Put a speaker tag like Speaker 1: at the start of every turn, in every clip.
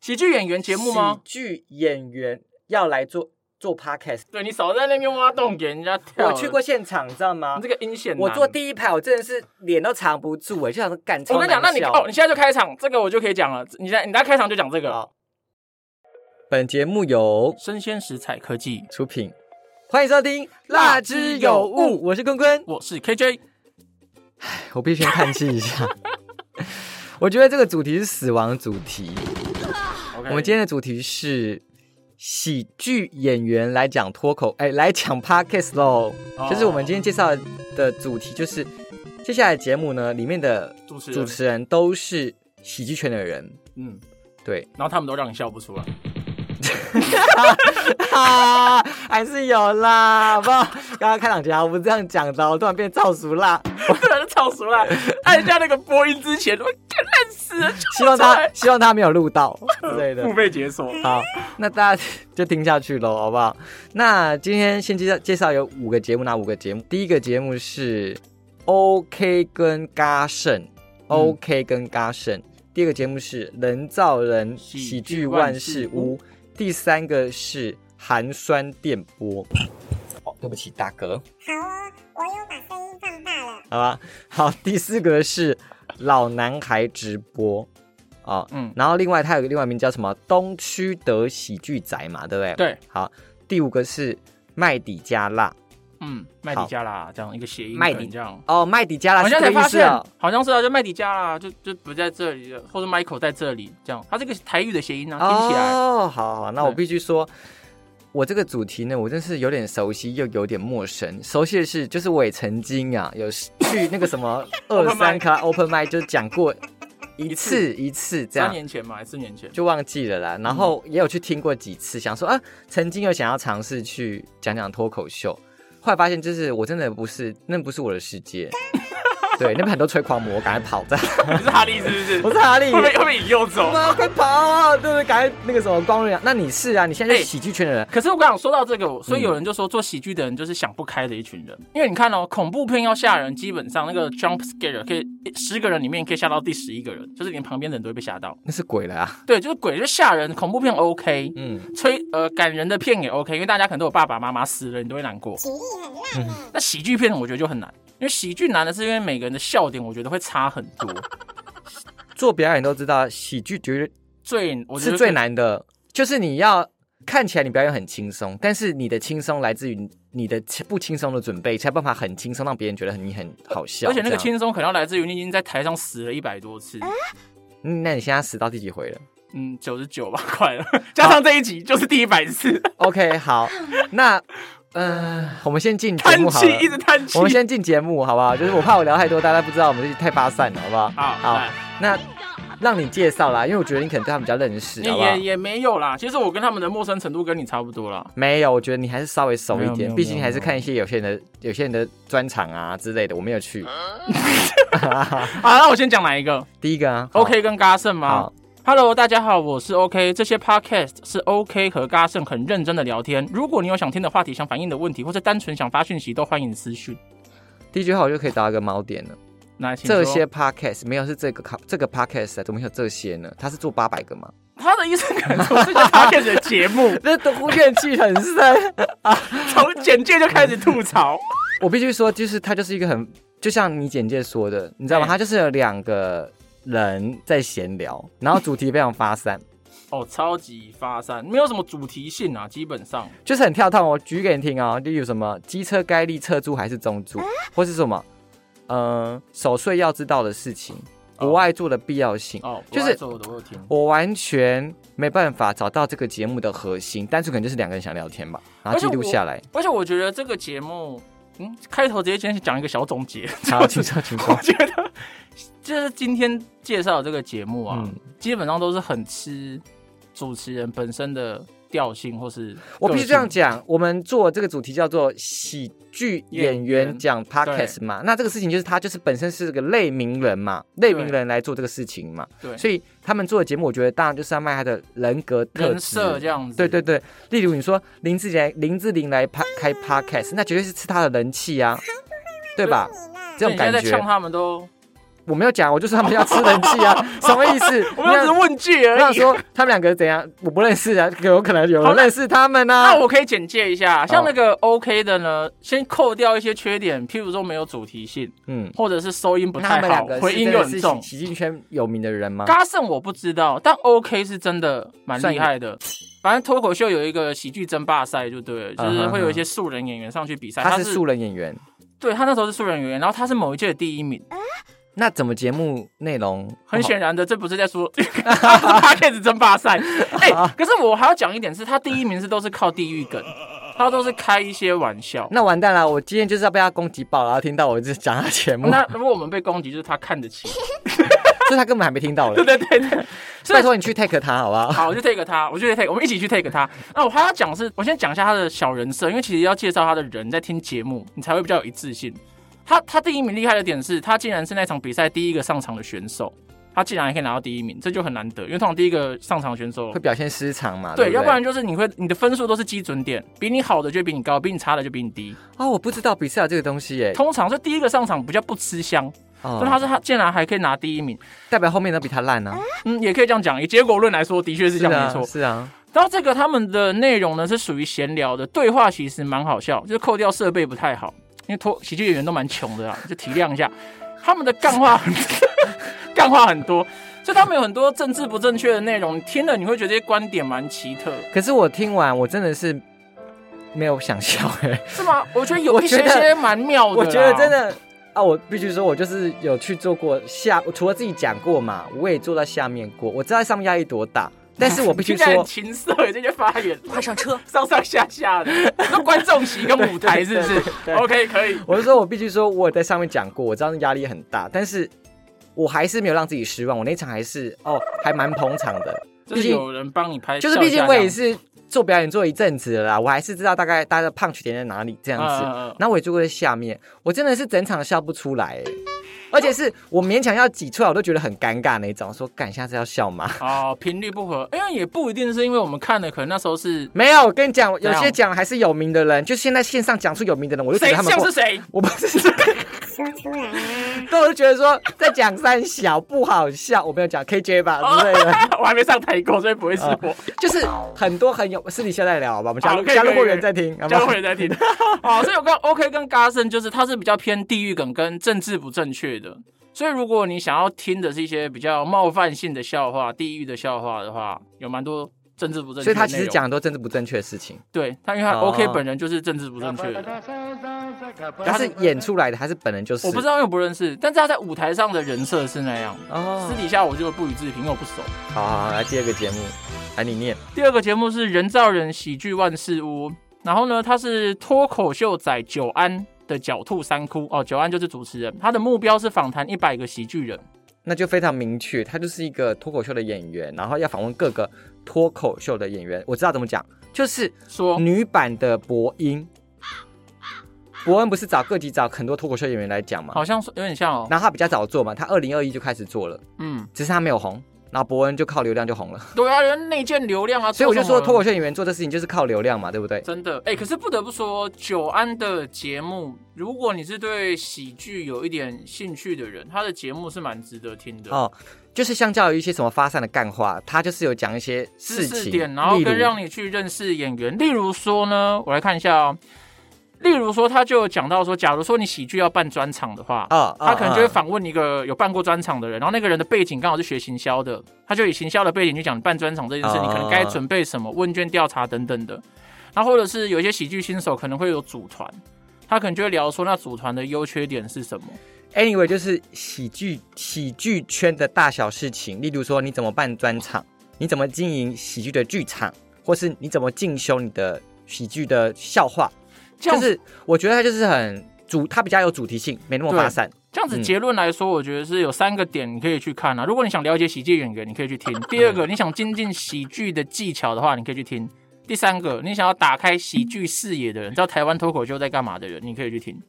Speaker 1: 喜剧演员节目吗
Speaker 2: 喜？剧演员要来做做 podcast，
Speaker 1: 对你少在那边挖洞给人家跳。
Speaker 2: 我去过，现场，你知道吗
Speaker 1: 你这？个阴险男。
Speaker 2: 我坐第一排，我真的是脸都藏不住哎、就想说干超
Speaker 1: 我跟你讲，那
Speaker 2: 难
Speaker 1: 你
Speaker 2: 笑
Speaker 1: 哦，你现在就开场，这个我就可以讲了。你现在你在开场就讲这个。
Speaker 2: 好本节目由
Speaker 1: 生鲜食材科技，
Speaker 2: 出品，欢迎收听《
Speaker 1: 辣之有物
Speaker 2: 我是 坤坤。
Speaker 1: 我是 KJ。
Speaker 2: 我必须先叹气一下。 我觉得这个主题是死亡主题。
Speaker 1: OK，
Speaker 2: 我们今天的主题是喜剧演员来讲脱口，哎，来讲 podcast 喽。
Speaker 1: 哦
Speaker 2: 就是我们今天介绍的主题，就是接下来节目呢里面的
Speaker 1: 主持人
Speaker 2: 主持人都是喜剧圈的人。
Speaker 1: 嗯，
Speaker 2: 对，
Speaker 1: 然后他们都让你笑不出来。
Speaker 2: 啊， 还是有啦，好不好？刚刚开场前我不是这样讲的哦，我突然变造熟啦。
Speaker 1: 我突然就超熟了， 按下那个播音之前，我干烂死了，
Speaker 2: 希望 他希望他没有录到之类 的
Speaker 1: 付。费解锁。
Speaker 2: 好，那大家就听下去喽，好不好？那今天先介绍介绍有五个节目，哪五个节目？第一个节目是 OK 跟嘎胜，OK 跟嘎胜。第二个节目是人造人
Speaker 1: 喜
Speaker 2: 喜
Speaker 1: 剧
Speaker 2: 剧
Speaker 1: 万
Speaker 2: 万
Speaker 1: 事
Speaker 2: 事
Speaker 1: 屋
Speaker 2: 屋。第三个是寒酸电波。哦，对不起，大哥。
Speaker 3: 好哦，我有把声音放大了。
Speaker 2: 好吧，好，第四个是老男孩直播哦，
Speaker 1: 嗯
Speaker 2: 嗯，然后另外他有个另外名叫什么东区德喜剧宅嘛，对不对？，
Speaker 1: 对，
Speaker 2: 好，第五个是麦迪加辣
Speaker 1: 嗯，麦迪加啦，这样一个谐音梗，
Speaker 2: 麦迪
Speaker 1: 这样。
Speaker 2: 哦，麦迪加辣
Speaker 1: 好
Speaker 2: 是
Speaker 1: 像
Speaker 2: 这
Speaker 1: 才
Speaker 2: 个
Speaker 1: 发
Speaker 2: 意思
Speaker 1: 现
Speaker 2: 哦，，
Speaker 1: 好像是啊，就麦迪加啦，就就不在这里了，或者 Michael 在这里，这样，它这个台语的谐音啊，听起来，
Speaker 2: 哦，好好，那
Speaker 1: 对
Speaker 2: 我必须说。我这个主题呢，我真是有点熟悉，又有点陌生。熟悉的是，就是我也曾经啊，有去那个什么二
Speaker 1: Open
Speaker 2: 三
Speaker 1: mic
Speaker 2: 卡 open mic 就讲过一
Speaker 1: 一
Speaker 2: 次一次这
Speaker 1: 三
Speaker 2: 样，
Speaker 1: 年前嘛，还是四年前，
Speaker 2: 就忘记了
Speaker 1: 嗯
Speaker 2: 啦。然后也有去听过几次，想说啊，曾经有想要尝试去讲讲脱口秀，后来发现就是我真的不是，那不是我的 世界。对，那边很多吹狂魔，赶快跑！这样，
Speaker 1: 你是哈利是不是？
Speaker 2: 我是哈 利
Speaker 1: 会，被会被引诱走。
Speaker 2: 妈快跑！啊对不对？赶快那个什么光亮，那你是啊？你现在
Speaker 1: 哎
Speaker 2: 是喜剧圈的人，
Speaker 1: 可是我刚想说到这个，所以有
Speaker 2: 嗯
Speaker 1: 人就说做喜剧的人就是想不开的一群人，因为你看哦，恐怖片要吓人，基本上那
Speaker 2: 嗯
Speaker 1: 个 jump scare 可以十个人里面可以吓到第十一个人，就是连旁边的人都会被吓到。
Speaker 2: 那是鬼了啊！
Speaker 1: 对，就是鬼就吓人，恐怖片 OK，
Speaker 2: 嗯，
Speaker 1: 催呃感人的片也 OK，因为大家可能都有爸爸妈妈死了，你都会难过。
Speaker 3: 体力很烂呢、
Speaker 1: 那喜剧片我觉得就很难，因为喜剧难的是因为每个人的笑点我觉得会差很多。
Speaker 2: 做表演都知道，喜剧绝
Speaker 1: 最我
Speaker 2: 对
Speaker 1: 觉得
Speaker 2: 是最难的，就是你要看起来你表演很轻松，但是你的轻松来自于你的不轻松的准备，才有办法很轻松让别人觉得你很好笑。
Speaker 1: 而且那
Speaker 2: 这
Speaker 1: 个
Speaker 2: 样
Speaker 1: 轻松可能要来自于你已经在台上死了一百多次，
Speaker 2: 嗯，那你现在死到第几回了
Speaker 1: 嗯，九十九吧， 快了，加上这一集就是第一百次，
Speaker 2: ？OK，好，那呃，我们先进节
Speaker 1: 叹
Speaker 2: 目好
Speaker 1: 气
Speaker 2: 了，
Speaker 1: 一直叹气。
Speaker 2: 我们先进节目好不好？就是我怕我聊太多，大家不知道我们这太发散了，好不好？
Speaker 1: 好，
Speaker 2: 好
Speaker 1: 来，
Speaker 2: 那让你介绍啦，因为我觉得你可能对他们比较认识，好不好
Speaker 1: 也？也没有啦。其实我跟他们的陌生程度跟你差不多啦。
Speaker 2: 没有，我觉得你还是稍微熟
Speaker 1: 没有
Speaker 2: 一
Speaker 1: 没
Speaker 2: 点，
Speaker 1: 有
Speaker 2: 毕
Speaker 1: 没
Speaker 2: 竟
Speaker 1: 有
Speaker 2: 还是
Speaker 1: 没有
Speaker 2: 看一些有些人的、有些人的专场啊之类的，我没有去。
Speaker 1: 好，那我先讲哪一个
Speaker 2: 第一个啊好
Speaker 1: ？OK 跟嘎盛吗
Speaker 2: 好，
Speaker 1: ？Hello，大家好，我是 OK。这些 Podcast 是 OK 和嘎盛很认真的聊天。如果你有想听的话题、想反映的问题，或者单纯想发讯息，都欢迎私讯。
Speaker 2: 第一句话我就可以达到一个锚点了。
Speaker 1: 那请
Speaker 2: 这
Speaker 1: 说
Speaker 2: 些 podcast 没有是这个这个 podcast 啊怎么会有这些呢？他是做八百个 吗？
Speaker 1: 他的意思可能说这些 Podcast 的节 目，
Speaker 2: 那都怨气很深。
Speaker 1: 从简介就开始吐槽。
Speaker 2: 我必须说，就是他就是一个很，就像你简介说的，你知道吗？
Speaker 1: 哎
Speaker 2: 他就是有两个人在闲聊，然后主题非常发散，
Speaker 1: 哦，超级发散，没有什么主题性啊，基本上。
Speaker 2: 就是很跳痛。我举给你听哦，例如什么机车该立侧柱还是中柱，或是什么，嗯、守岁要知道的事情，
Speaker 1: 哦
Speaker 2: 国外做的必要性，
Speaker 1: 哦，
Speaker 2: 就是
Speaker 1: 不爱做我的我有听。
Speaker 2: 我完全没办法找到这个节目的核心，单纯可能就是两个人想聊天吧，然后记录下来。
Speaker 1: 而且我觉得这个节目，嗯，开头直接先讲一个小总结。
Speaker 2: 好，请说，请
Speaker 1: 我
Speaker 2: 说。
Speaker 1: 觉得就是今天介绍的这个节目啊，
Speaker 2: 嗯
Speaker 1: 基本上都是很吃主持人本身的调性或是
Speaker 2: 我必须这样
Speaker 1: 个性。
Speaker 2: 讲，我们做这个主题叫做喜剧演员讲 podcast 嘛，那这个事情就是他就是本身是个类名人嘛，类名人来做这个事情嘛，
Speaker 1: 对
Speaker 2: 所以他们做的节目，我觉得当然就是要卖他的人格特
Speaker 1: 人
Speaker 2: 质。
Speaker 1: 设这样子，
Speaker 2: 对对对，例如你说林志玲，林志玲来拍开 podcast，那绝对是吃他的人气啊，对吧？
Speaker 3: 你呢？
Speaker 2: 这
Speaker 1: 所以
Speaker 2: 种
Speaker 1: 你现在
Speaker 2: 感
Speaker 1: 在
Speaker 2: 觉
Speaker 1: 呛他们都
Speaker 2: 我没有讲，我就说他们要吃人 气啊，什么意思？
Speaker 1: 我们只
Speaker 2: 你
Speaker 1: 是
Speaker 2: 想
Speaker 1: 问句
Speaker 2: 我
Speaker 1: 而
Speaker 2: 想
Speaker 1: 已。
Speaker 2: 说他们两个怎样，我不认识啊，有可能有
Speaker 1: 好
Speaker 2: 人
Speaker 1: 那
Speaker 2: 认识他们
Speaker 1: 那
Speaker 2: 啊。
Speaker 1: 我可以简介一下，像那个 OK 的呢，先扣掉一些缺点，譬如说没有主题性，
Speaker 2: 嗯，
Speaker 1: 或者是收音不
Speaker 2: 那他
Speaker 1: 哦太
Speaker 2: 们
Speaker 1: 好
Speaker 2: 两个，
Speaker 1: 回
Speaker 2: 是
Speaker 1: 音
Speaker 2: 真
Speaker 1: 又
Speaker 2: 的
Speaker 1: 很
Speaker 2: 是
Speaker 1: 重
Speaker 2: 喜。喜剧圈有名的人吗？
Speaker 1: 嘎胜我不知道，但 OK 是真的蛮
Speaker 2: 算
Speaker 1: 厉害的。反正脱口秀有一个喜剧争霸赛，就对了，就是
Speaker 2: 嗯哼
Speaker 1: 会有一些素人演员上去比赛。
Speaker 2: 他是素人演员，
Speaker 1: 对他那时候是素人演员，然后他是某一届的第一名。
Speaker 2: 那怎么节目内容哦
Speaker 1: 很显然的，这不是在说 他开始争霸赛。哎、可是我还要讲一点是，他第一名是都是靠地域梗，他都是开一些玩笑。
Speaker 2: 那完蛋了，我今天就是要被他攻击爆了，然后听到我就讲他节目，
Speaker 1: 那如果我们被攻击，就是他看得 起。
Speaker 2: 所以他根本还没听到
Speaker 1: 对
Speaker 2: 嘞。
Speaker 1: 对对对，所以
Speaker 2: 拜托你去 take 他好不好？
Speaker 1: 好，我就 take 他，我就 take，我们一起去 take 他。那我还要讲的是，我先讲一下他的小人设，因为其实要介绍他的人在听节目，你才会比较有一致性。他他第一名厉害的点是，他竟然是那场比赛第一个上场的选手，他竟然还可以拿到第一名，这就很难得，因为通常第一个上场的选手
Speaker 2: 会表现失常嘛？
Speaker 1: 对，
Speaker 2: 对，
Speaker 1: 要不然就是你会你的分数都是基准点，比你好的就比你高，比你差的就比你低。
Speaker 2: 啊，我不知道比赛有这个东西耶。
Speaker 1: 通常是第一个上场比较不吃香，
Speaker 2: 哦
Speaker 1: 但他是他竟然还可以拿第一名，
Speaker 2: 代表后面都比他烂啊，
Speaker 1: 嗯，也可以这样讲。以结果论来说，的确是这样没
Speaker 2: 啊，
Speaker 1: 错。
Speaker 2: 是啊，
Speaker 1: 然后这个他们的内容呢是属于闲聊的，对话其实蛮好笑，就是扣掉设备不太好，因为脱喜剧演员都蛮穷的啦，啊就体谅一下。他们的干话很 干话很多，所以他们有很多政治不正确的内容，你听了你会觉得这些观点蛮奇特，
Speaker 2: 可是我听完，我真的是没有想笑哎，
Speaker 1: 是吗？我觉得有
Speaker 2: 我
Speaker 1: 一
Speaker 2: 觉
Speaker 1: 些
Speaker 2: 得
Speaker 1: 些蛮妙的啦，
Speaker 2: 我觉得真的。啊，我必须说，我就是有去做过下，除了自己讲过嘛，我也坐在下面过，我知道上面压力多大，但是我 必须
Speaker 1: 听起来很
Speaker 2: 说，
Speaker 1: 情色这些发言， 快上车，上上下下的，那观众席跟舞台是不是
Speaker 2: 对
Speaker 1: ？OK，可以。
Speaker 2: 我是说，我必须说，我有在上面讲过，我知道压力很大，但是我还是没有让自己失望。我那一场还是哦，还蛮捧场的，
Speaker 1: 就是
Speaker 2: 毕竟
Speaker 1: 有人帮你拍，
Speaker 2: 就是
Speaker 1: 笑一
Speaker 2: 毕
Speaker 1: 下
Speaker 2: 竟我
Speaker 1: 这
Speaker 2: 也
Speaker 1: 样
Speaker 2: 是做表演做一阵子了啦，我还是知道大概大家的 punch 点在哪里这样子。
Speaker 1: 嗯嗯嗯
Speaker 2: 然后我也坐在下面，我真的是整场笑不出来、欸，而且是我勉强要挤出来，我都觉得很尴尬那种。说干，下次要笑吗？
Speaker 1: 哦，频率不合，因为也不一定是因为我们看的，可能那时候是
Speaker 2: 没有，我跟你讲，有
Speaker 1: 怎
Speaker 2: 些
Speaker 1: 样
Speaker 2: 讲还是有名的人，就现在线上讲出有名的人，我就觉
Speaker 1: 谁
Speaker 2: 得他们
Speaker 1: 像
Speaker 2: 不
Speaker 1: 是，谁，
Speaker 2: 我不是。
Speaker 3: 说出来啊！
Speaker 2: 但我就觉得说在讲三小不好笑，我没有讲 KJ 吧
Speaker 1: 哦
Speaker 2: 之类的，
Speaker 1: 我还没上台过，所以不会是
Speaker 2: 啊
Speaker 1: 我。
Speaker 2: 就是很多很有私底下再聊好吧，我们加
Speaker 1: 好
Speaker 2: 入
Speaker 1: 可以
Speaker 2: 加入
Speaker 1: 可以
Speaker 2: 会员再听，好不
Speaker 1: 加入
Speaker 2: 好
Speaker 1: 会？员在听。 好，所以我跟 OK 跟 g a s o n 就是他是比较偏地域梗跟政治不正确的，所以如果你想要听的是一些比较冒犯性的笑话、地域的笑话的话，有蛮多政治不正确的内容。
Speaker 2: 所以他其实讲很多政治不正确的事情，
Speaker 1: 对他，因为他
Speaker 2: 哦
Speaker 1: OK 本人就是政治不正确
Speaker 2: 啊
Speaker 1: 的，
Speaker 2: 他是演出来的，他是本人就是。
Speaker 1: 我不知道，因为我不认识。但是他在舞台上的人设是那样，
Speaker 2: 哦
Speaker 1: 私，底下我就不予置评，因为我不熟。
Speaker 2: 好好好，来第二个节目，来你念，
Speaker 1: 第二个节目是人造人喜剧万事屋，然后呢，他是脱口秀仔九安的狡兔三窟哦，九安就是主持人，他的目标是访谈一百个喜剧人，
Speaker 2: 那就非常明确，他就是一个脱口秀的演员，然后要访问各个脱口秀的演员。我知道怎么讲，就是
Speaker 1: 说
Speaker 2: 女版的博音。博恩不是找各级找很多脱口秀演员来讲嘛，
Speaker 1: 好像说有点像哦，
Speaker 2: 然后他比较早做嘛，他二零二一就开始做了，
Speaker 1: 嗯，
Speaker 2: 只是他没有红。然后伯恩就靠流量就 红了，
Speaker 1: 对啊，人内建流量啊，
Speaker 2: 所以我就说脱口
Speaker 1: 秀
Speaker 2: 秀演员做这事情就是靠流量嘛，对不对？
Speaker 1: 真的哎、可是不得不说，九安的节目，如果你是对喜剧有一点兴趣的人，他的节目是蛮值得听的。
Speaker 2: 哦，就是相较于一些什么发散的干话，他就是有讲一些
Speaker 1: 知
Speaker 2: 事
Speaker 1: 识
Speaker 2: 情，
Speaker 1: 点，然后
Speaker 2: 例如
Speaker 1: 跟让你去认识演员。例如说呢，我来看一下哦。例如说，他就有讲到说，假如说你喜剧要办专场的话，
Speaker 2: 哦
Speaker 1: 他可能就会
Speaker 2: 发
Speaker 1: 访问一个有办过专场的人，然后那个人的背景刚好是学行销的，他就以行销的背景去讲办专场这件事，
Speaker 2: 哦
Speaker 1: 你可能该准备什么，问卷调查等等的。然后或者是有一些喜剧新手可能会有组团，他可能就会聊说那组团的优缺点是什么。
Speaker 2: anyway 就是喜剧喜剧圈的大小事情，例如说你怎么办专场，你怎么经营喜剧的剧场，或是你怎么进修你的喜剧的笑话，
Speaker 1: 这样
Speaker 2: 就
Speaker 1: 子
Speaker 2: 是我觉得他就是很主，他比较有主题性，没那么
Speaker 1: 对
Speaker 2: 发散。
Speaker 1: 这样子
Speaker 2: 嗯
Speaker 1: 结论来说，我觉得是有三个点你可以去看啊。如果你想了解喜剧演员，你可以去 听；第二个，你想精进喜剧的技巧的话，你可以去听；第三个，你想要打开喜剧视野的人，知道台湾脱口秀在干嘛的人，你可以去听。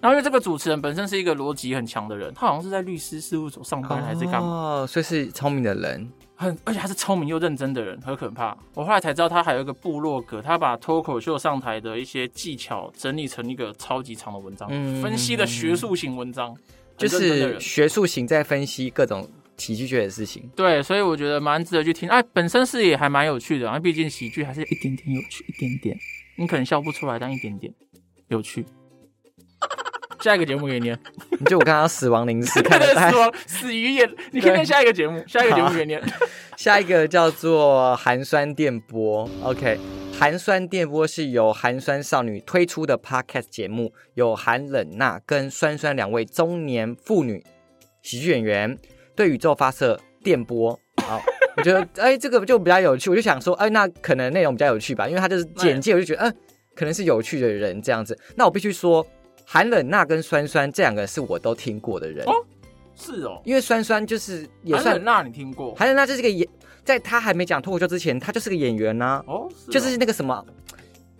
Speaker 1: 然后因为这个主持人本身是一个逻辑很强的人，他好像是在律师事务所上班还是干嘛，
Speaker 2: 哦，所以是聪明的人。
Speaker 1: 很而且他是聪明又认真的人，很可怕。我后来才知道他还有一个部落格，他把脱口秀上台的一些技巧整理成一个超级长的文章，
Speaker 2: 嗯
Speaker 1: 分析的学术型文章。
Speaker 2: 就
Speaker 1: 很认真的
Speaker 2: 是
Speaker 1: 人
Speaker 2: 学术型在分析各种喜剧学的事情。
Speaker 1: 对，所以我觉得蛮值得去听。哎，本身是也还蛮有趣的啊，毕竟喜剧还是一点点有趣，一点点，你可能笑不出来，但一点点有趣。下一个节目给你，啊
Speaker 2: 你就我刚刚死亡零 食 看的，大
Speaker 1: 死
Speaker 2: 概
Speaker 1: 亡死鱼眼，你可以看下一个节目，下一个节目给你。啊
Speaker 2: 下一个叫做寒酸电波。OK，寒酸电波是由寒酸少女推出的 Podcast 节目，有韩冷娜跟酸酸两位中年妇女喜剧演员对宇宙发射电波。好。我觉得， 哎、这个就比较有趣。我就想说，哎、那可能内容比较有趣吧，因为他就是简介，我就觉得，嗯、可能是有趣的人这样子。那我必须说，韩冷娜跟酸酸这两个是我都听过的人，
Speaker 1: 哦是 哦，
Speaker 2: 因为酸酸就是也
Speaker 1: 韩
Speaker 2: 算
Speaker 1: 冷娜你听过？
Speaker 2: 韩冷娜就是个演，在她还没讲脱口秀之前，她就是个演员呐、
Speaker 1: 哦，是哦
Speaker 2: 就是那个什么，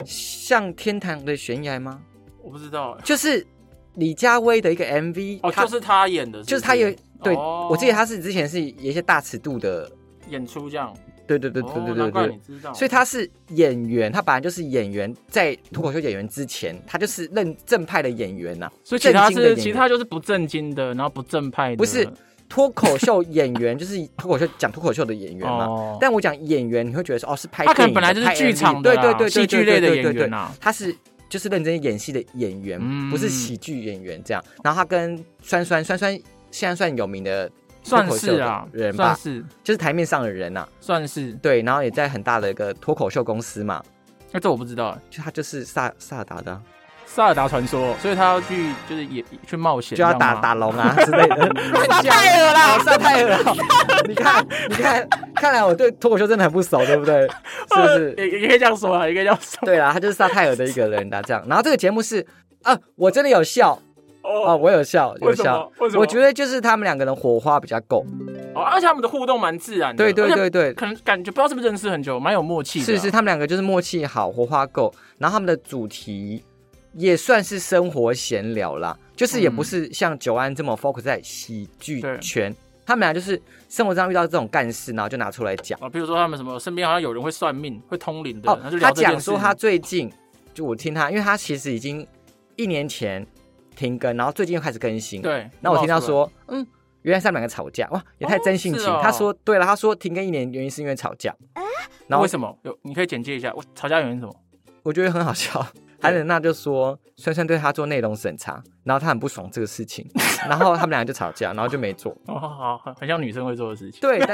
Speaker 2: 像天堂的悬崖吗？
Speaker 1: 我不知道哎，
Speaker 2: 就是李佳薇的一个 MV，
Speaker 1: 哦，
Speaker 2: 她
Speaker 1: 就是他演的，
Speaker 2: 就是
Speaker 1: 不
Speaker 2: 她有对，
Speaker 1: 哦
Speaker 2: 我记得她是之前是有一些大尺度的，
Speaker 1: 演出这样，
Speaker 2: 对对对
Speaker 1: 哦
Speaker 2: 对对
Speaker 1: 难
Speaker 2: 对
Speaker 1: 怪
Speaker 2: 对
Speaker 1: 你知道，
Speaker 2: 所以她是演员，她本来就是演员，在脱口秀演员之前，她就是认正派的演员呐、
Speaker 1: 所以其他
Speaker 2: 正经的
Speaker 1: 是
Speaker 2: 演员
Speaker 1: 其他就是不正经的，然后不正派的，哦
Speaker 2: 不是脱口秀演员就是脱口秀讲脱口秀的演员嘛。
Speaker 1: 哦，
Speaker 2: 但我讲演员，你会觉得说哦，是拍
Speaker 1: 他可
Speaker 2: 电
Speaker 1: 能
Speaker 2: 影
Speaker 1: 本来
Speaker 2: 的
Speaker 1: 就
Speaker 2: 拍
Speaker 1: 是剧
Speaker 2: MV
Speaker 1: 场的
Speaker 2: 对
Speaker 1: 啦
Speaker 2: 对对对
Speaker 1: 戏剧类的演
Speaker 2: 对对对对
Speaker 1: 员啊，
Speaker 2: 他是就是认真演戏的演员，
Speaker 1: 嗯
Speaker 2: 不是喜剧演员这样。然后他跟酸酸酸酸现在算有名的，
Speaker 1: 算是
Speaker 2: 脱
Speaker 1: 啊
Speaker 2: 口秀的，人吧
Speaker 1: 算是
Speaker 2: 就是台面上的人呐、啊
Speaker 1: 算是，
Speaker 2: 对，然后也在很大的一个脱口秀公司嘛，
Speaker 1: 那这我不知道哎。
Speaker 2: 就他就是萨萨达的啊，
Speaker 1: 萨尔达传说，所以他要去就是也去冒险，
Speaker 2: 就要打打龙 啊之类的。
Speaker 1: 萨泰尔啦，
Speaker 2: 萨泰尔啊， 你看你看，看来我对脱口秀真的很不熟，对不对？是不是？
Speaker 1: 也也可以这样说啊，也可以这样 说。
Speaker 2: 对啦，他就是萨泰尔的一个人啦，这样。然后这个节目是啊，我真的有笑啊，
Speaker 1: 哦，
Speaker 2: 我有笑，有
Speaker 1: 为什
Speaker 2: 笑
Speaker 1: 么。？为什么？
Speaker 2: 我觉得就是他们两个人火花比较够，
Speaker 1: 哦，而且他们的互动蛮自然的，
Speaker 2: 对对
Speaker 1: 而且
Speaker 2: 对对，
Speaker 1: 可能感觉不知道是不是认识很久，蛮有默契的啊。
Speaker 2: 是是，他们两个就是默契好，火花够，然后他们的主题也算是生活闲聊啦，就是也不
Speaker 1: 嗯
Speaker 2: 是像久安这么 focus 在喜剧
Speaker 1: 对
Speaker 2: 圈，他们俩就是生活上遇到这种干事，然后就拿出来讲。
Speaker 1: 啊，比如说他们什么身边好像有人会算命、会通灵的，
Speaker 2: 哦
Speaker 1: 然后就，聊
Speaker 2: 他
Speaker 1: 这件
Speaker 2: 讲说
Speaker 1: 事
Speaker 2: 他最近，就我听他，因为他其实已经一年前停更，然后最近又开始更新，
Speaker 1: 对，
Speaker 2: 那我听到
Speaker 1: 冒出来
Speaker 2: 说，嗯，原来是他们两个吵架，哇，也太真性情。
Speaker 1: 哦是哦
Speaker 2: 他说，对了，他说停更一年原因是因为吵架，然后
Speaker 1: 为什么有？你可以简介一下，我吵架原因是什么？
Speaker 2: 我觉得很好笑。韩冷娜就说，酸酸对他做内容审查，然后他很不爽这个事 情，然后他们俩就吵架，然后就没做。
Speaker 1: 哦，好好，很很像女生会做的事情。
Speaker 2: 对，但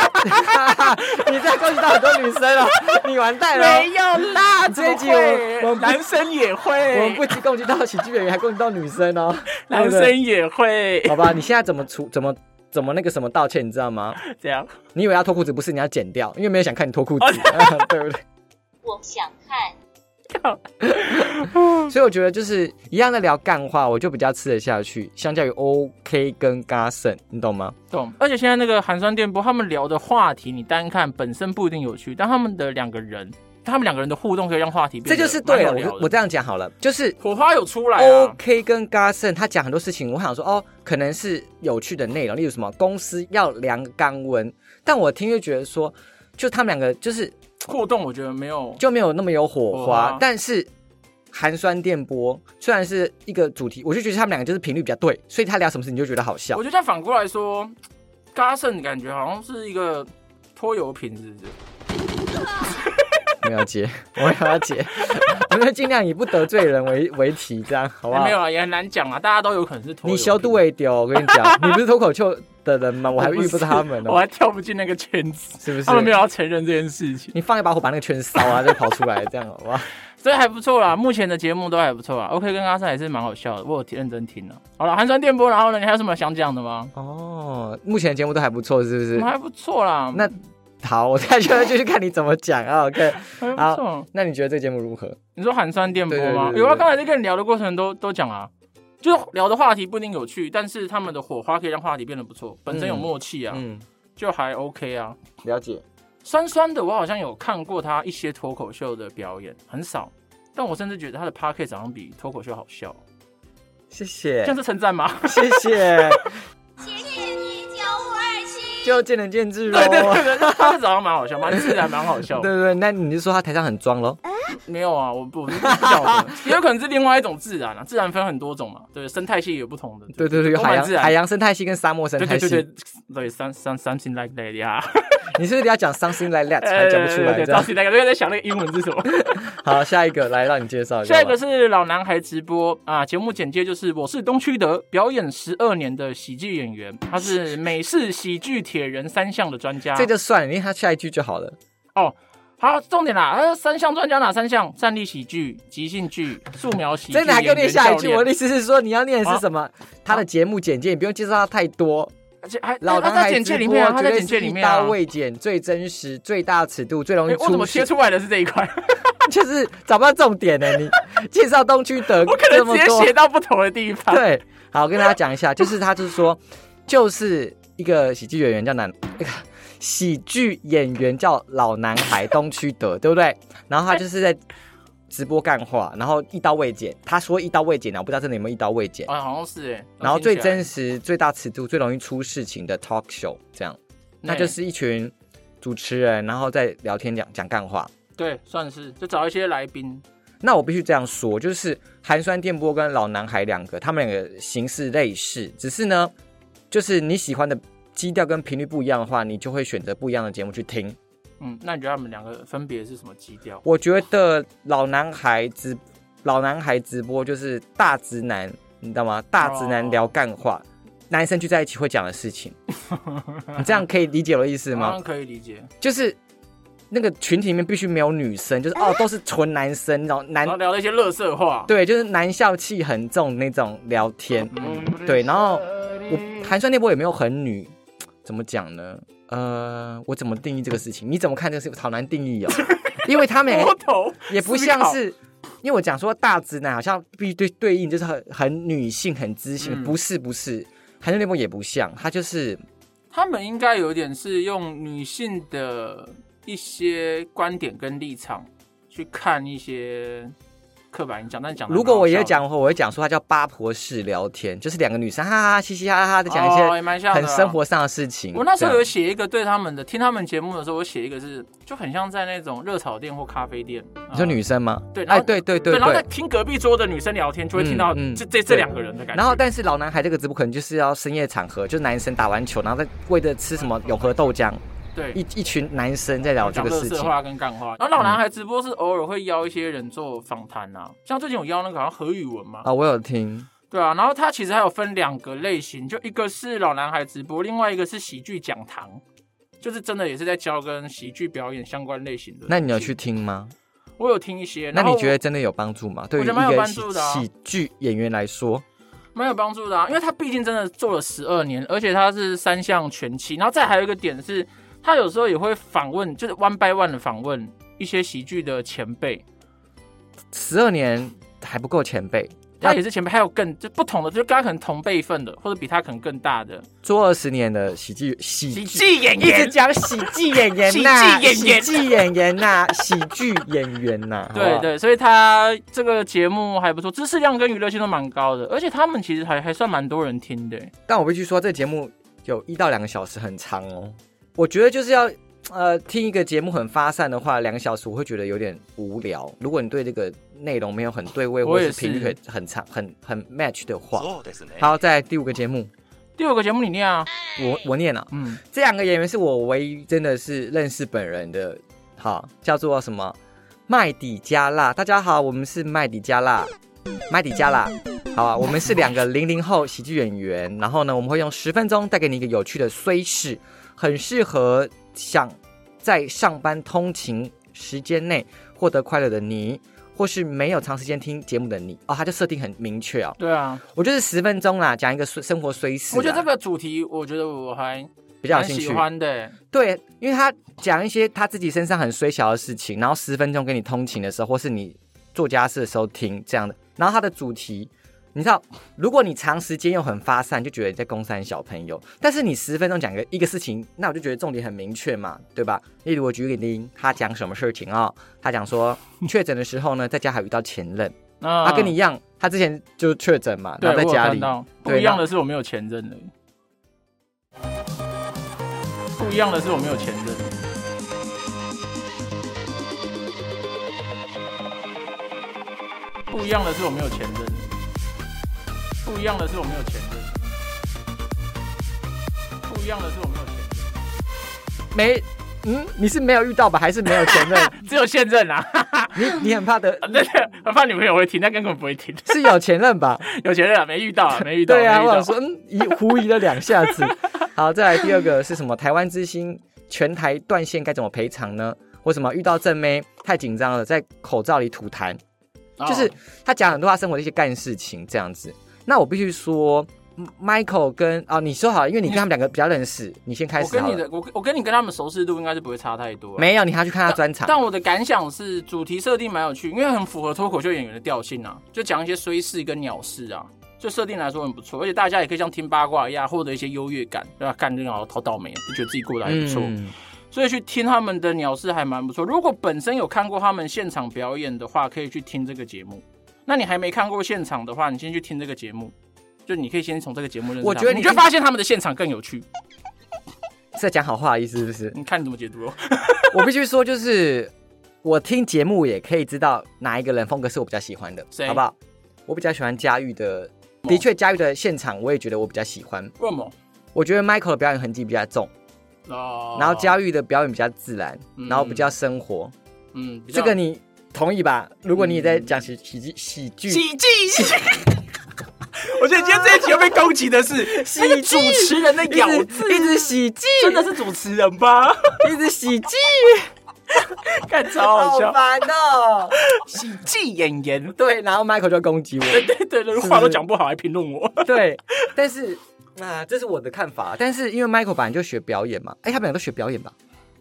Speaker 2: 你这样攻击到很多女生 了，你完蛋了。哦
Speaker 1: 有啦，
Speaker 2: 这一集我我们不
Speaker 1: 男生也
Speaker 2: 我们
Speaker 1: 会，
Speaker 2: 不仅攻击到喜剧演员，还攻击到女生哦。
Speaker 1: 男
Speaker 2: 对不对
Speaker 1: 生也会
Speaker 2: 好吧，你现在怎么处怎么怎么那个什么道歉，你知道吗？
Speaker 1: 这样。
Speaker 2: 你以为要脱裤子，不是你要剪掉，因为没有想看你脱裤 子， 对不对？
Speaker 4: 我想看。
Speaker 2: 所以我觉得就是一样的聊干话，我就比较吃得下去，相较于 OK 跟 Garson，你懂吗？
Speaker 1: 懂，而且现在那个寒酸电波，他们聊的话题，你单看本身不一定有趣，但他们的两个人，他们两个人的互动可以让话题变
Speaker 2: 这
Speaker 1: 得
Speaker 2: 就是对了。啊
Speaker 1: 蛮有聊
Speaker 2: 我我哦
Speaker 1: 的
Speaker 2: 这样讲好了，就是
Speaker 1: 火花有出来啊，
Speaker 2: OK 跟 Garson 他讲很多事情，我想说哦，可能是有趣的内容，例如什么公司要量肛温，但我听就觉得说，就他们两个就是
Speaker 1: 互动我觉得没有，
Speaker 2: 就没有那么有火
Speaker 1: 火
Speaker 2: 花
Speaker 1: 花，
Speaker 2: 但是。寒酸电波虽然是一个主题，我就觉得他们两个就是频率比较对，所以他聊什么事你就觉得好笑
Speaker 1: 我。觉得再反过来说，嘎胜感觉好像是一个拖油瓶，是不是？
Speaker 2: 没有接， 我没有要接，我们就尽量以不得罪人为为题，这样好不
Speaker 1: 哎
Speaker 2: 好？
Speaker 1: 没有啊，也很难讲啊，大家都有可能是拖油
Speaker 2: 你
Speaker 1: 瓶
Speaker 2: 修度，未丢，我跟你 讲，你不是脱口秀的人吗？我还遇不到他们
Speaker 1: 我
Speaker 2: 哦，
Speaker 1: 还跳不进那个圈子，
Speaker 2: 是不是
Speaker 1: 他？们没有要承认这件事情，
Speaker 2: 你放一把火把那个圈烧啊，就跑出来，这样好 不好？
Speaker 1: 所以还不错啦。目前的节目都还不错啊，OK 跟嘎胜还是蛮好笑的，我有认真听了、啊好了，寒酸电波，然后呢，你还有什么想讲的吗？
Speaker 2: 哦，目前的节目都还不错，是不
Speaker 1: 我
Speaker 2: 是
Speaker 1: 们？还不错啦，
Speaker 2: 那好，我再就就去看你怎么讲啊。OK，
Speaker 1: 还不错。
Speaker 2: 那你觉得这个节目如何？
Speaker 1: 你说寒酸电波
Speaker 2: 对对对
Speaker 1: 吗
Speaker 2: 对？对
Speaker 1: 有啊，刚才在跟你聊的过程都都讲啊，就是聊的话题不一定有趣，但是他们的火花可以让话题变得不错，本身有默契啊，
Speaker 2: 嗯，
Speaker 1: 就还 OK 啊。
Speaker 2: 了解。
Speaker 1: 酸酸的，我好像有看过他一些脱口秀的表演，很少。但我甚至觉得他的 p a r k e t 好像比脱口秀好笑，
Speaker 2: 谢
Speaker 1: 这样
Speaker 2: 谢，
Speaker 1: 是称赞吗？
Speaker 2: 谢谢，
Speaker 4: 谢谢你教我爱情。
Speaker 2: 就见仁见智喽。
Speaker 1: 对对对对 p a r k e t 好像蛮好笑，蛮自然，蛮好笑
Speaker 2: 对
Speaker 1: 的。
Speaker 2: 对对，那你就说他台上很装喽。
Speaker 1: 没有啊，我不我不晓 得，也有可能是另外一种自然啊，自然分很多种嘛，对，生态系有不同的，
Speaker 2: 对对对，有海洋
Speaker 1: 自然
Speaker 2: 海洋生态系跟沙漠生
Speaker 1: 对
Speaker 2: 态
Speaker 1: 对
Speaker 2: 系，
Speaker 1: 对对对，some some something like that 呀，
Speaker 2: 你是不是要讲 something like that
Speaker 1: 哎
Speaker 2: 才讲不出来？
Speaker 1: 对，
Speaker 2: 这
Speaker 1: 到
Speaker 2: 样啊
Speaker 1: 底那个在想那个英文是什 么？
Speaker 2: 好，下一个来让你介绍下
Speaker 1: 下一
Speaker 2: 吧
Speaker 1: 个是老男孩直播啊，节目简介就是我是东区德，表演十二年的喜剧演员，他是 美式喜剧铁人三项的专家。
Speaker 2: 这就算了，因为他下一句就好了。
Speaker 1: 哦，好，重点啦，他三项专家哪三项？站立喜剧、即兴剧、素描喜剧。
Speaker 2: 真的还给我念
Speaker 1: 演员
Speaker 2: 下一
Speaker 1: 教
Speaker 2: 句，
Speaker 1: 练
Speaker 2: 我的意思是说你要念的是什么？他的节目简介，你不用介绍他太多。
Speaker 1: 而且还
Speaker 2: 老
Speaker 1: 哎他
Speaker 2: 男
Speaker 1: 在
Speaker 2: 孩
Speaker 1: 简
Speaker 2: 直
Speaker 1: 介里
Speaker 2: 播
Speaker 1: 面啊，他
Speaker 2: 绝
Speaker 1: 在简
Speaker 2: 对是
Speaker 1: 介里
Speaker 2: 一
Speaker 1: 面啊
Speaker 2: 刀。未剪，最真实、最大尺度、最容易
Speaker 1: 诶哎我怎么
Speaker 2: 出
Speaker 1: 切
Speaker 2: 血，
Speaker 1: 出来的是这一块？
Speaker 2: 就是找不到重点呢。你介绍东区德
Speaker 1: 我可
Speaker 2: 这
Speaker 1: 能
Speaker 2: 么
Speaker 1: 直接
Speaker 2: 多
Speaker 1: 写，到不同的地 方。
Speaker 2: 对，好，我跟大家讲一下，就是他就是说，就是一个喜剧演员叫男，那个喜剧演员叫老男孩东区德，对不对？然后他就是在直播干话，然后一刀未剪，他说一刀未剪啊，我不知道真的有没有一刀未剪。
Speaker 1: 啊，好像是哎。
Speaker 2: 然后最真
Speaker 1: 实，
Speaker 2: 实、最大尺度、最容易出事情的 talk show，这样，那
Speaker 1: 对
Speaker 2: 就是一群主持人，然后在聊天讲讲干话。
Speaker 1: 对，算是就找一些来宾。
Speaker 2: 那我必须这样说，就是寒酸电波跟老男孩两个，他们两个形式类似，只是呢，就是你喜欢的基调跟频率不一样的话，你就会选择不一样的节目去听。
Speaker 1: 嗯，那你觉得他们两个分别是什么基调？
Speaker 2: 我觉得老男孩直老男孩直播就是大直男，你知道吗？大直男聊干话，男生聚在一起会讲的事情。你这样可以理解我的意思
Speaker 1: 当
Speaker 2: 吗
Speaker 1: 然？可以理解。
Speaker 2: 就是那个群体里面必须没有女生，就是哦都是纯男生，然后男
Speaker 1: 然后聊了一些乐色话。
Speaker 2: 对，就是男校气很重那种聊天。
Speaker 1: 嗯，
Speaker 2: 对，然后我寒酸那波也没有很女，怎么讲呢？呃，我怎么定义这个事情？你怎么看这个事情？好难定义 哦，因为他们
Speaker 1: 摸头
Speaker 2: 也不像是，因为我讲说大直男好像必对对应就是很很女性、很知性，
Speaker 1: 嗯
Speaker 2: 不是不是，韩流联盟也不像，他就是
Speaker 1: 他们应该有点是用女性的一些观点跟立场去看一些刻板印象，但讲得
Speaker 2: 如果
Speaker 1: 蛮好
Speaker 2: 我也
Speaker 1: 笑的
Speaker 2: 讲的话，我会讲说他叫八婆式聊天，就是两个女生哈哈哈嘻嘻哈哈的讲
Speaker 1: 哦也
Speaker 2: 一
Speaker 1: 蛮
Speaker 2: 些
Speaker 1: 像的
Speaker 2: 很
Speaker 1: 啊
Speaker 2: 生活上的事情。
Speaker 1: 我那时候
Speaker 2: 这
Speaker 1: 有
Speaker 2: 样
Speaker 1: 写一个对他们的，听他们节目的时候，我写一个是就很像在那种热炒店或咖啡店，
Speaker 2: 你说
Speaker 1: 呃
Speaker 2: 女生吗？
Speaker 1: 对然
Speaker 2: 哎
Speaker 1: 后
Speaker 2: 对对
Speaker 1: 对，
Speaker 2: 对
Speaker 1: 然后在
Speaker 2: 对。
Speaker 1: 听隔壁桌的女生聊天，就会听到
Speaker 2: 嗯嗯
Speaker 1: 这这这
Speaker 2: 对
Speaker 1: 两个人的感觉。
Speaker 2: 然后，但是老男孩这个直播可能就是要深夜场合，就是男生打完球，然后再为着吃什么永和豆浆，
Speaker 1: 对
Speaker 2: 一一群男生在聊这
Speaker 1: 讲
Speaker 2: 个
Speaker 1: 乐
Speaker 2: 事
Speaker 1: 色
Speaker 2: 情。嗯
Speaker 1: 话跟干话。然后老男孩直播是偶尔会邀一些人做访谈啊，像最近有邀那个好像何宇文嘛，
Speaker 2: 啊，我有听，
Speaker 1: 对啊。然后他其实还有分两个类型，就一个是老男孩直播，另外一个是喜剧讲堂，就是真的也是在教跟喜剧表演相关类型的。
Speaker 2: 那你有去？听吗？
Speaker 1: 我有听一些。
Speaker 2: 那
Speaker 1: 然后
Speaker 2: 你
Speaker 1: 我
Speaker 2: 觉得真的有帮助吗？对于
Speaker 1: 我
Speaker 2: 一
Speaker 1: 觉得蛮有
Speaker 2: 个
Speaker 1: 帮
Speaker 2: 喜
Speaker 1: 助的啊
Speaker 2: 喜剧演员来说，
Speaker 1: 蛮有帮助的啊？因为他毕竟真的做了十二年，而且他是三项全期，然后再还有一个点是，他有时候也会访问，就是 one by one 的访问一些喜剧的前辈。
Speaker 2: 十二年还不够前辈，
Speaker 1: 他也是前辈，还有更就不同的，就跟他可能同辈份的，或者比他可能更大的
Speaker 2: 做二十年的喜剧喜剧。
Speaker 1: 剧演
Speaker 2: 一直。讲喜剧演员
Speaker 1: 喜
Speaker 2: 呐、
Speaker 1: 剧演员
Speaker 2: 喜剧演员呐、喜剧演员呐、好不
Speaker 1: 对
Speaker 2: 好，
Speaker 1: 对，所以他这个节目还不错，知识量跟娱乐性都蛮高的，而且他们其实还还算蛮多人听的。
Speaker 2: 但我必须说，这节目有一到两个小时，很长哦。我觉得就是要呃听一个节目很发散的话，两个小时我会觉得有点无聊。如果你对这个内容没有很对位，
Speaker 1: 我
Speaker 2: 或
Speaker 1: 也
Speaker 2: 是
Speaker 1: 是
Speaker 2: 频率很很长、很很 match 的话，
Speaker 5: そうですね。
Speaker 2: 好，再来第五个节目，
Speaker 1: 第二个节目你念啊，
Speaker 2: 我我念了、
Speaker 1: 嗯，
Speaker 2: 这两个演员是我唯一真的是认识本人的，好叫做什么麦迪加辣。大家好，我们是麦迪加辣，麦迪加辣。好啊，我们是两个零零后喜剧演员，然后呢，我们会用十分钟带给你一个有趣的虽事，很适合想在上班通勤时间内获得快乐的你，或是没有长时间听节目的你哦，它就设定很明确哦。
Speaker 1: 对啊，
Speaker 2: 我就是十分钟啦，讲一个虽生活虽事啊，
Speaker 1: 我觉得这个主题，我觉得我还
Speaker 2: 比较
Speaker 1: 蛮
Speaker 2: 有兴趣。
Speaker 1: 喜欢的。
Speaker 2: 对，因为他讲一些他自己身上很衰小的事情，然后十分钟给你通勤的时候，或是你做家事的时候听这样的。然后他的主题，你知道，如果你长时间又很发散，就觉得你在攻山小朋友；但是你十分钟讲个一个事情，那我就觉得重点很明确嘛，对吧？例如我举个例子，他讲什么事情啊、他讲说确诊的时候呢，在家还遇到前任，啊
Speaker 1: 那
Speaker 2: 他跟你一样，他之前就确诊嘛，然
Speaker 1: 啊对
Speaker 2: 后在
Speaker 1: 我有
Speaker 2: 家
Speaker 1: 看
Speaker 2: 里，
Speaker 1: 到不
Speaker 2: 对
Speaker 1: 一样
Speaker 2: 那
Speaker 1: 的是我没有前任了，不一样的是我没有前任。不一样的是我没有前任，不一样的是我没有前任，不一样的是我没有前任，
Speaker 2: 没，嗯，你是没有遇到吧？还是没有前任？
Speaker 1: 只有现任啊！
Speaker 2: 你你很怕得
Speaker 1: 那个我怕女朋友会听，但根本不会听。
Speaker 2: 是有前任吧？
Speaker 1: 有前任啊，没遇到啊，没遇到。
Speaker 2: 对啊，
Speaker 1: 没遇
Speaker 2: 我
Speaker 1: 到
Speaker 2: 想说，嗯，疑 狐疑了两下 子。好，再来第二个是什么？台湾之星全台断线该怎么赔偿呢？为什么遇到正妹太紧张了，在口罩里吐痰？
Speaker 1: 哦
Speaker 2: 就是他讲很多他生活的一些干事情这样子。那我必须说嗯，Michael 跟哦，你说好了，因为你跟他们两个比较认识，你先开
Speaker 1: 我
Speaker 2: 始
Speaker 1: 跟
Speaker 2: 好
Speaker 1: 你的，
Speaker 2: 了。
Speaker 1: 我我跟你跟他们熟识度应该是不会差太多、啊。
Speaker 2: 没有，你还要去看他专场。
Speaker 1: 但我的感想是，主题设定蛮有趣，因为很符合脱口秀演员的调性啊，就讲一些衰事跟鸟事啊，就设定来说很不错，而且大家也可以像听八卦一样获得一些优越感，对吧？干这个好好倒霉，就觉得自己过得还不错，
Speaker 2: 嗯
Speaker 1: 所以去听他们的鸟事还蛮不错。如果本身有看过他们现场表演的话，可以去听这个节目。那你还没看过现场的话，你先去听这个节目，就你可以先从这个节目认识他们。
Speaker 2: 我觉得你
Speaker 1: 你就发现他们的现场更有趣。
Speaker 2: 是在讲好话的意思是不是？
Speaker 1: 你看你怎么解读哦？
Speaker 2: 我必须说，就是我听节目也可以知道哪一个人风格是我比较喜欢的，
Speaker 1: 谁
Speaker 2: 好不好？我比较喜欢佳玉的，的确佳玉的现场我也觉得我比较喜欢。
Speaker 1: 为什么？
Speaker 2: 我觉得 Michael 的表演痕迹比较重，
Speaker 1: 哦
Speaker 2: 然后佳玉的表演比较自然，
Speaker 1: 嗯
Speaker 2: 然后比较生活。
Speaker 1: 嗯，比较
Speaker 2: 这个你同意吧？如果你也在
Speaker 1: 嗯
Speaker 2: 讲喜喜剧喜剧
Speaker 1: 喜剧。 我觉得今天这一集要被攻击的是
Speaker 2: 喜
Speaker 1: 那个
Speaker 2: 剧
Speaker 1: 主持人的
Speaker 2: 一
Speaker 1: 咬字，
Speaker 2: 直一直喜剧，
Speaker 1: 真的是主持人 吧？
Speaker 2: 一直喜剧，
Speaker 1: 看 超好笑，
Speaker 2: 烦哦。
Speaker 1: 喜剧演员，
Speaker 2: 对，然后 Michael 就攻击我，
Speaker 1: 对对对对，
Speaker 2: 是
Speaker 1: 话都讲不好还评论我，
Speaker 2: 对，但是啊，这是我的看法。但是因为 Michael 本来就学表演嘛，哎、他们俩都学表演吧？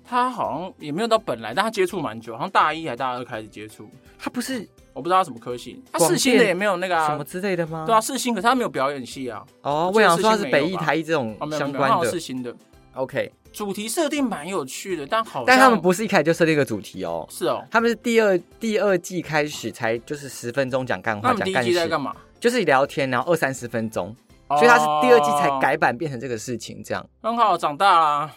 Speaker 1: 他好像也没有到本来，但他接触蛮久，好像大一还大二开始接触，
Speaker 2: 他不是
Speaker 1: 我不知道他什么科系，他
Speaker 2: 广
Speaker 1: 世新的
Speaker 2: 电
Speaker 1: 也没有那个
Speaker 2: 什
Speaker 1: 啊
Speaker 2: 么，之类的吗？
Speaker 1: 对啊，，世新，可是他没有表演系啊，
Speaker 2: 哦，
Speaker 1: 我
Speaker 2: 我
Speaker 1: 记得
Speaker 2: 想说
Speaker 1: 世
Speaker 2: 他是
Speaker 1: 新没有
Speaker 2: 北艺
Speaker 1: 吧
Speaker 2: 台艺这种
Speaker 1: 哦没有
Speaker 2: 相
Speaker 1: 没有，他
Speaker 2: 关
Speaker 1: 好像世
Speaker 2: 的。
Speaker 1: 新的
Speaker 2: OK，
Speaker 1: 主题设定蛮有趣的，但好像，
Speaker 2: 但他们不是一开始就设定一个主题哦，
Speaker 1: 是哦，
Speaker 2: 他们是第二第二季开始才就是十分钟讲干
Speaker 1: 那
Speaker 2: 话，
Speaker 1: 你
Speaker 2: 讲
Speaker 1: 第一
Speaker 2: 干
Speaker 1: 季在
Speaker 2: 事，
Speaker 1: 干嘛？
Speaker 2: 就是聊天，然后二三十分钟，所以他是第二季才
Speaker 1: 哦
Speaker 2: 改版变成这个事情这样。
Speaker 1: 很好，长大啦，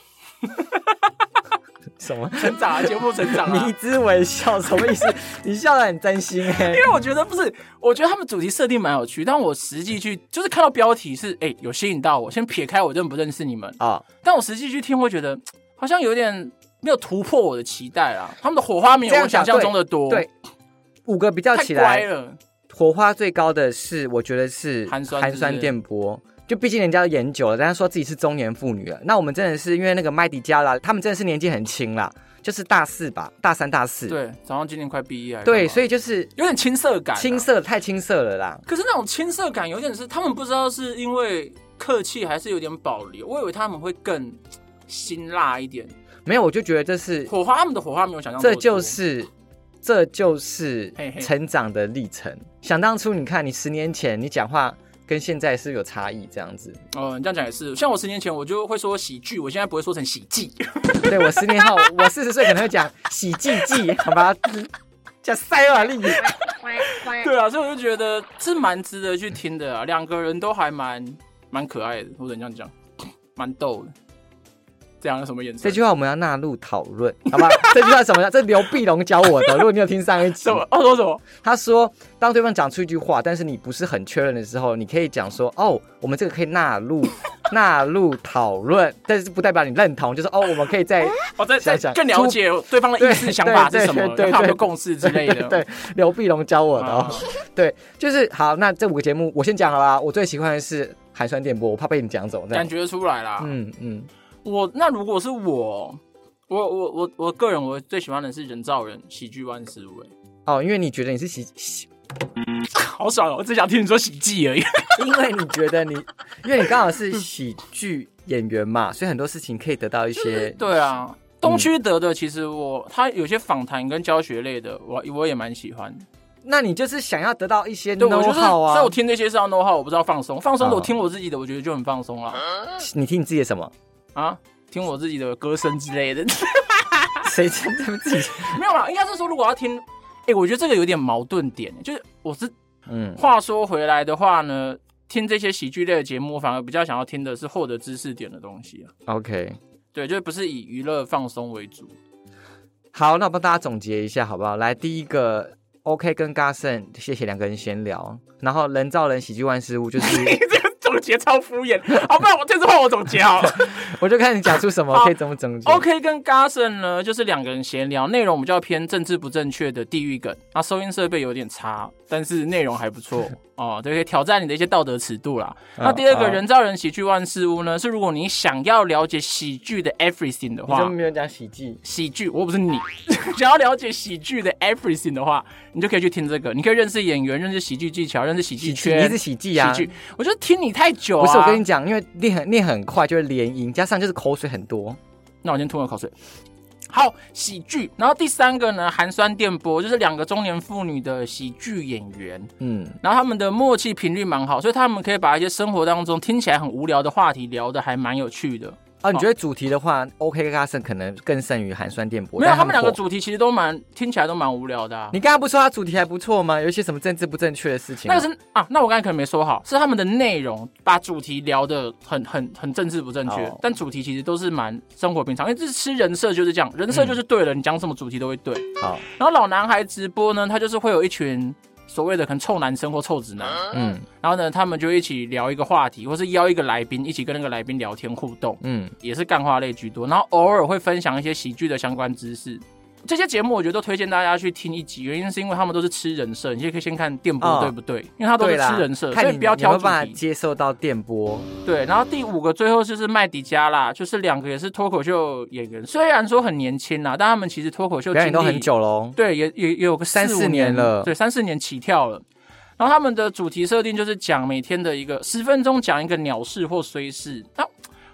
Speaker 2: 什么？
Speaker 1: 成长啊，节目成长 啊
Speaker 2: 迷。之微笑什么意思？ 你笑得很真心 哎、
Speaker 1: 因为我觉得不是，我觉得他们主题设定蛮有趣，但我实际去就是看到标题是哎、有吸引到我，先撇开我认不认识你们，
Speaker 2: 哦，
Speaker 1: 但我实际去听会觉得嘖好像有点没有突破我的期待啦，他们的火花没有
Speaker 2: 这样
Speaker 1: 我想
Speaker 2: 讲
Speaker 1: 象中的多，
Speaker 2: 对，五个比较
Speaker 1: 太
Speaker 2: 起
Speaker 1: 乖
Speaker 2: 来，
Speaker 1: 了，
Speaker 2: 火花最高的是，我觉得是
Speaker 1: 寒酸
Speaker 2: 寒
Speaker 1: 是
Speaker 2: 酸
Speaker 1: 不是
Speaker 2: 电波。就毕竟人家都研究了，人家说自己是中年妇女了。那我们真的是因为那个麦迪加啦，他们真的是年纪很轻啦，就是大四吧，大三、大四。
Speaker 1: 对，早上今年快毕业了，
Speaker 2: 对，所
Speaker 1: 以
Speaker 2: 以就是
Speaker 1: 有点青涩感、啊
Speaker 2: 青。涩，太青涩了啦。
Speaker 1: 可是那种青涩感有点是他们不知道是因为客气还是有点保留，我以为他们会更嘖辛辣一点，
Speaker 2: 没有，我就觉得这是，
Speaker 1: 火花他们的火花没有想象中的
Speaker 2: 这
Speaker 1: 多，
Speaker 2: 就是，这就是
Speaker 1: 嘿嘿
Speaker 2: 成长的历程。想当初，你看你十年前你讲话跟现在是不是有差异这样子。
Speaker 1: 哦，你这样讲也是。像我十年前我就会说喜剧，我现在不会说成喜剧。
Speaker 2: 对我十年后，我四十岁可能会讲喜剧季，好吧？叫塞瓦利，
Speaker 1: 对啊，所以我就觉得是蛮值得去听的啊。两个人都还蛮蛮可爱的，或者你这样讲，蛮逗的。这样有什么眼神？
Speaker 2: 这句话我们要纳入讨论，好吧？ 这句话什么呀？这刘碧龙教我的。如果你有听上一集
Speaker 1: 什，么？哦，说什么？
Speaker 2: 他说，当对方讲出一句话，但是你不是很确认的时候，你可以讲说：“哦，我们这个可以纳 入纳入讨论。”但是不代表你认同，就是哦，我们可以再
Speaker 1: 哦，再再
Speaker 2: 想想
Speaker 1: 更了解对方的意思、
Speaker 2: 对
Speaker 1: 想法是
Speaker 2: 对
Speaker 1: 什么，
Speaker 2: 对对
Speaker 1: 看有没有
Speaker 2: 对
Speaker 1: 共识 之类的。
Speaker 2: 对，刘碧龙教我的哦
Speaker 1: 啊。
Speaker 2: 对，就是好。那这五个节目我先讲好啦。我最喜欢的是寒酸电波，我怕被你讲走。这样
Speaker 1: 感觉出来啦。
Speaker 2: 嗯嗯，
Speaker 1: 我那如果是我，我我我我个人我最喜欢的是人造人喜剧万事屋、欸，
Speaker 2: 哦，因为你觉得你是喜喜
Speaker 1: 好爽哦！我只想听你说喜剧而已。
Speaker 2: 因为你觉得你，因为你刚好是喜剧演员嘛，所以很多事情可以得到一些。
Speaker 1: 对啊，东区德的其实我他有些访谈跟教学类的，我我也蛮喜欢的。
Speaker 2: 那你就是想要得到一些
Speaker 1: 对，我
Speaker 2: know
Speaker 1: 就是，
Speaker 2: how
Speaker 1: 所以
Speaker 2: 啊
Speaker 1: 我？听那些是要 know how，我不知道放松，放松的
Speaker 2: 哦
Speaker 1: 我听我自己的，我觉得就很放松了
Speaker 2: 你听你自己的什么？
Speaker 1: 啊。听我自己的歌声之类的，
Speaker 2: 谁真的自己？
Speaker 1: 没有啦，应该是说如果要听，哎、我觉得这个有点矛盾点，就是我是
Speaker 2: 嗯，
Speaker 1: 话说回来的话呢，听这些喜剧类的节目，我反而比较想要听的是获得知识点的东西啊。
Speaker 2: OK，
Speaker 1: 对，就是不是以 娱乐放松为主。
Speaker 2: 好，那我帮大家总结一下好不好？来，第一个 OK 跟 Garson，谢谢两个人闲聊。然后人造人喜剧万事屋就是，
Speaker 1: 这个总结超敷衍。好，不然我这次换我总结好了。
Speaker 2: 我就看你讲出什么
Speaker 1: 好
Speaker 2: 可以怎么总结。
Speaker 1: OK 跟 Garson 呢，就是两个人闲聊，内容比较偏政治不正确的地域梗，啊，收音设备有点差，但是内容还不 错哦，对，可以挑战你的一些道德尺度啦。
Speaker 2: 嗯
Speaker 1: 那第二个
Speaker 2: 嗯
Speaker 1: 人造人喜剧万事屋呢，是如果你想要了解喜剧的 everything 的
Speaker 2: 你就
Speaker 1: 话，
Speaker 2: 没有讲喜剧？
Speaker 1: 喜剧，我不是你， 想要了解喜剧的 everything 的话，你就可以去听这个，你可以认识演员，认识喜剧技巧，认识喜剧
Speaker 2: 喜剧
Speaker 1: 圈，
Speaker 2: 你是喜剧啊？
Speaker 1: 喜剧，我觉得听你太久、啊，
Speaker 2: 不是，我跟你讲，因为念很念很快，就是连音，加上就是口水很多。
Speaker 1: 那我先吞了口水。好，喜剧，然后第三个呢，寒酸电波，就是两个中年妇女的喜剧演员，
Speaker 2: 嗯，
Speaker 1: 然后他们的默契频率蛮好，所以他们可以把一些生活当中听起来很无聊的话题聊得还蛮有趣的。
Speaker 2: 哦，你觉得主题的话，OK 跟 Garson 可能更胜于寒酸电波？
Speaker 1: 没有，
Speaker 2: 但
Speaker 1: 他们两个
Speaker 2: 火。
Speaker 1: 主题其实都蛮听起来都蛮无聊的、啊。
Speaker 2: 你刚刚不是说他主题还不错吗？有一些什么政治不正确的事情吗？
Speaker 1: 那个是啊，那我刚才可能没说好，是他们的内容把主题聊得很很很政治不正确，
Speaker 2: 哦
Speaker 1: 但主题其实都是蛮生活平常，因为这是吃人设就是这样，人设就是对了，你讲什么主题都会对。
Speaker 2: 好，
Speaker 1: 然后老男孩直播呢，他就是会有一群所谓的可能臭男生或臭直男，
Speaker 2: 嗯
Speaker 1: 然后呢，他们就一起聊一个话题，或是邀一个来宾，一起跟那个来宾聊天互动，
Speaker 2: 嗯，
Speaker 1: 也是干话类居多。然后偶尔会分享一些喜剧的相关知识。这些节目我觉得都推荐大家去听一集，原因是因为他们都是吃人设，你也可以先看电波、
Speaker 2: 哦
Speaker 1: 对不对？因为他都
Speaker 2: 对
Speaker 1: 是
Speaker 2: 啦
Speaker 1: 吃人设，所
Speaker 2: 看
Speaker 1: 以
Speaker 2: 你
Speaker 1: 不要
Speaker 2: 你有
Speaker 1: 挑
Speaker 2: 没有
Speaker 1: 主
Speaker 2: 办法
Speaker 1: 题。
Speaker 2: 接受到电波。
Speaker 1: 对，然后第五个最后就是麦迪加啦，就是两个也是脱口秀演员，虽然说很年轻啦，但他们其实脱口秀
Speaker 2: 表
Speaker 1: 经
Speaker 2: 演
Speaker 1: 历
Speaker 2: 都很久喽。
Speaker 1: 对，也也也有个
Speaker 2: 三
Speaker 1: 四
Speaker 2: 四
Speaker 1: 五
Speaker 2: 年了
Speaker 1: 对，三四年起跳了。然后他们的主题设定就是讲每天的一个十分钟，讲一个鸟事或虽事。那、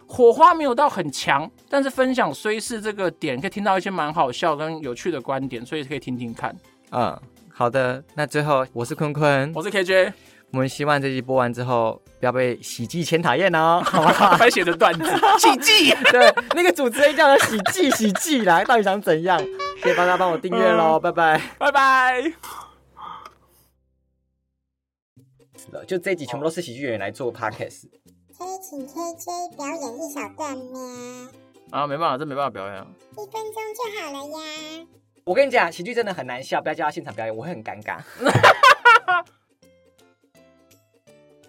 Speaker 1: 火花没有到很强，但是分享虽事这个点，可以听到一些蛮好笑跟有趣的观点，所以可以听听看。
Speaker 2: 嗯，好的，那最后我是坤坤，
Speaker 1: 我是 KJ，
Speaker 2: 我们希望这集播完之后不要被喜剧千讨 厌哦。 好吗
Speaker 1: 还写的段 子，奇迹。
Speaker 2: 对，那个主持人叫他喜剧喜剧啦，到底想怎样？谢谢大家帮我订阅
Speaker 1: 嗯
Speaker 2: 喽，拜拜。
Speaker 1: 拜拜。
Speaker 2: 就这一集全部都是喜剧演员来做 podcast。
Speaker 3: 可以请 KJ 表演一小段吗？
Speaker 1: 啊，没办法，这没办法表演啊。
Speaker 3: 一分钟就好了呀。
Speaker 2: 我跟你讲，喜剧真的很难笑，不要叫他现场表演，我会很尴 尬。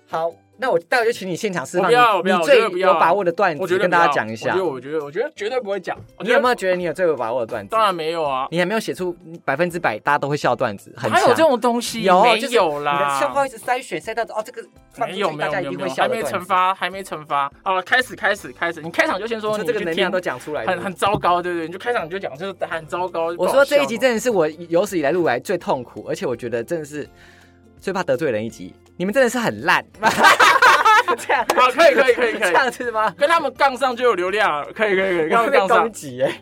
Speaker 2: 好，那我待会就请你现场示范
Speaker 1: 我不要我不
Speaker 2: 你
Speaker 1: 要
Speaker 2: 你
Speaker 1: 我觉
Speaker 2: 最
Speaker 1: 得不要
Speaker 2: 有把握的段
Speaker 1: 我
Speaker 2: 子，
Speaker 1: 觉得
Speaker 2: 跟
Speaker 1: 不要
Speaker 2: 大家讲一
Speaker 1: 我
Speaker 2: 下
Speaker 1: 觉。得，我觉得，我觉得绝对不会讲。我觉
Speaker 2: 你
Speaker 1: 得
Speaker 2: 有没有觉得你有最有把握的段子
Speaker 1: 当？然没有啊，
Speaker 2: 你还没有写出百分之百大家都会笑的段子，很
Speaker 1: 还有
Speaker 2: 强
Speaker 1: 这种东西？
Speaker 2: 有啊
Speaker 1: 没
Speaker 2: 就是
Speaker 1: 有啊
Speaker 2: 你的
Speaker 1: 啦。
Speaker 2: 笑话一直筛选筛到哦，这个放出
Speaker 1: 没有
Speaker 2: 去
Speaker 1: 没
Speaker 2: 大
Speaker 1: 有
Speaker 2: 家
Speaker 1: 没
Speaker 2: 一
Speaker 1: 有
Speaker 2: 定
Speaker 1: 没
Speaker 2: 会
Speaker 1: 有，
Speaker 2: 笑
Speaker 1: 还
Speaker 2: 的
Speaker 1: 没
Speaker 2: 段
Speaker 1: 惩
Speaker 2: 子。
Speaker 1: 罚，还没惩罚。好了，开始开始开始，你开场就先说
Speaker 2: 你
Speaker 1: 你
Speaker 2: 这个
Speaker 1: 去
Speaker 2: 能
Speaker 1: 听
Speaker 2: 量都讲出来了，
Speaker 1: 很很糟糕，对不对？你就开场就讲就是很糟糕。
Speaker 2: 我
Speaker 1: 不好
Speaker 2: 说
Speaker 1: 笑
Speaker 2: 这一集真的是我有史以来录来最痛苦，而且我觉得真的是最怕得罪人一集。你们真的是 很烂，这样
Speaker 1: 好，可以可以可以可
Speaker 2: 这
Speaker 1: 以，
Speaker 2: 样是吗？
Speaker 1: 跟他们杠上就有流量了，可以可以可以，跟他
Speaker 2: 我
Speaker 1: 们
Speaker 2: 被
Speaker 1: 杠上
Speaker 2: 攻。击哎、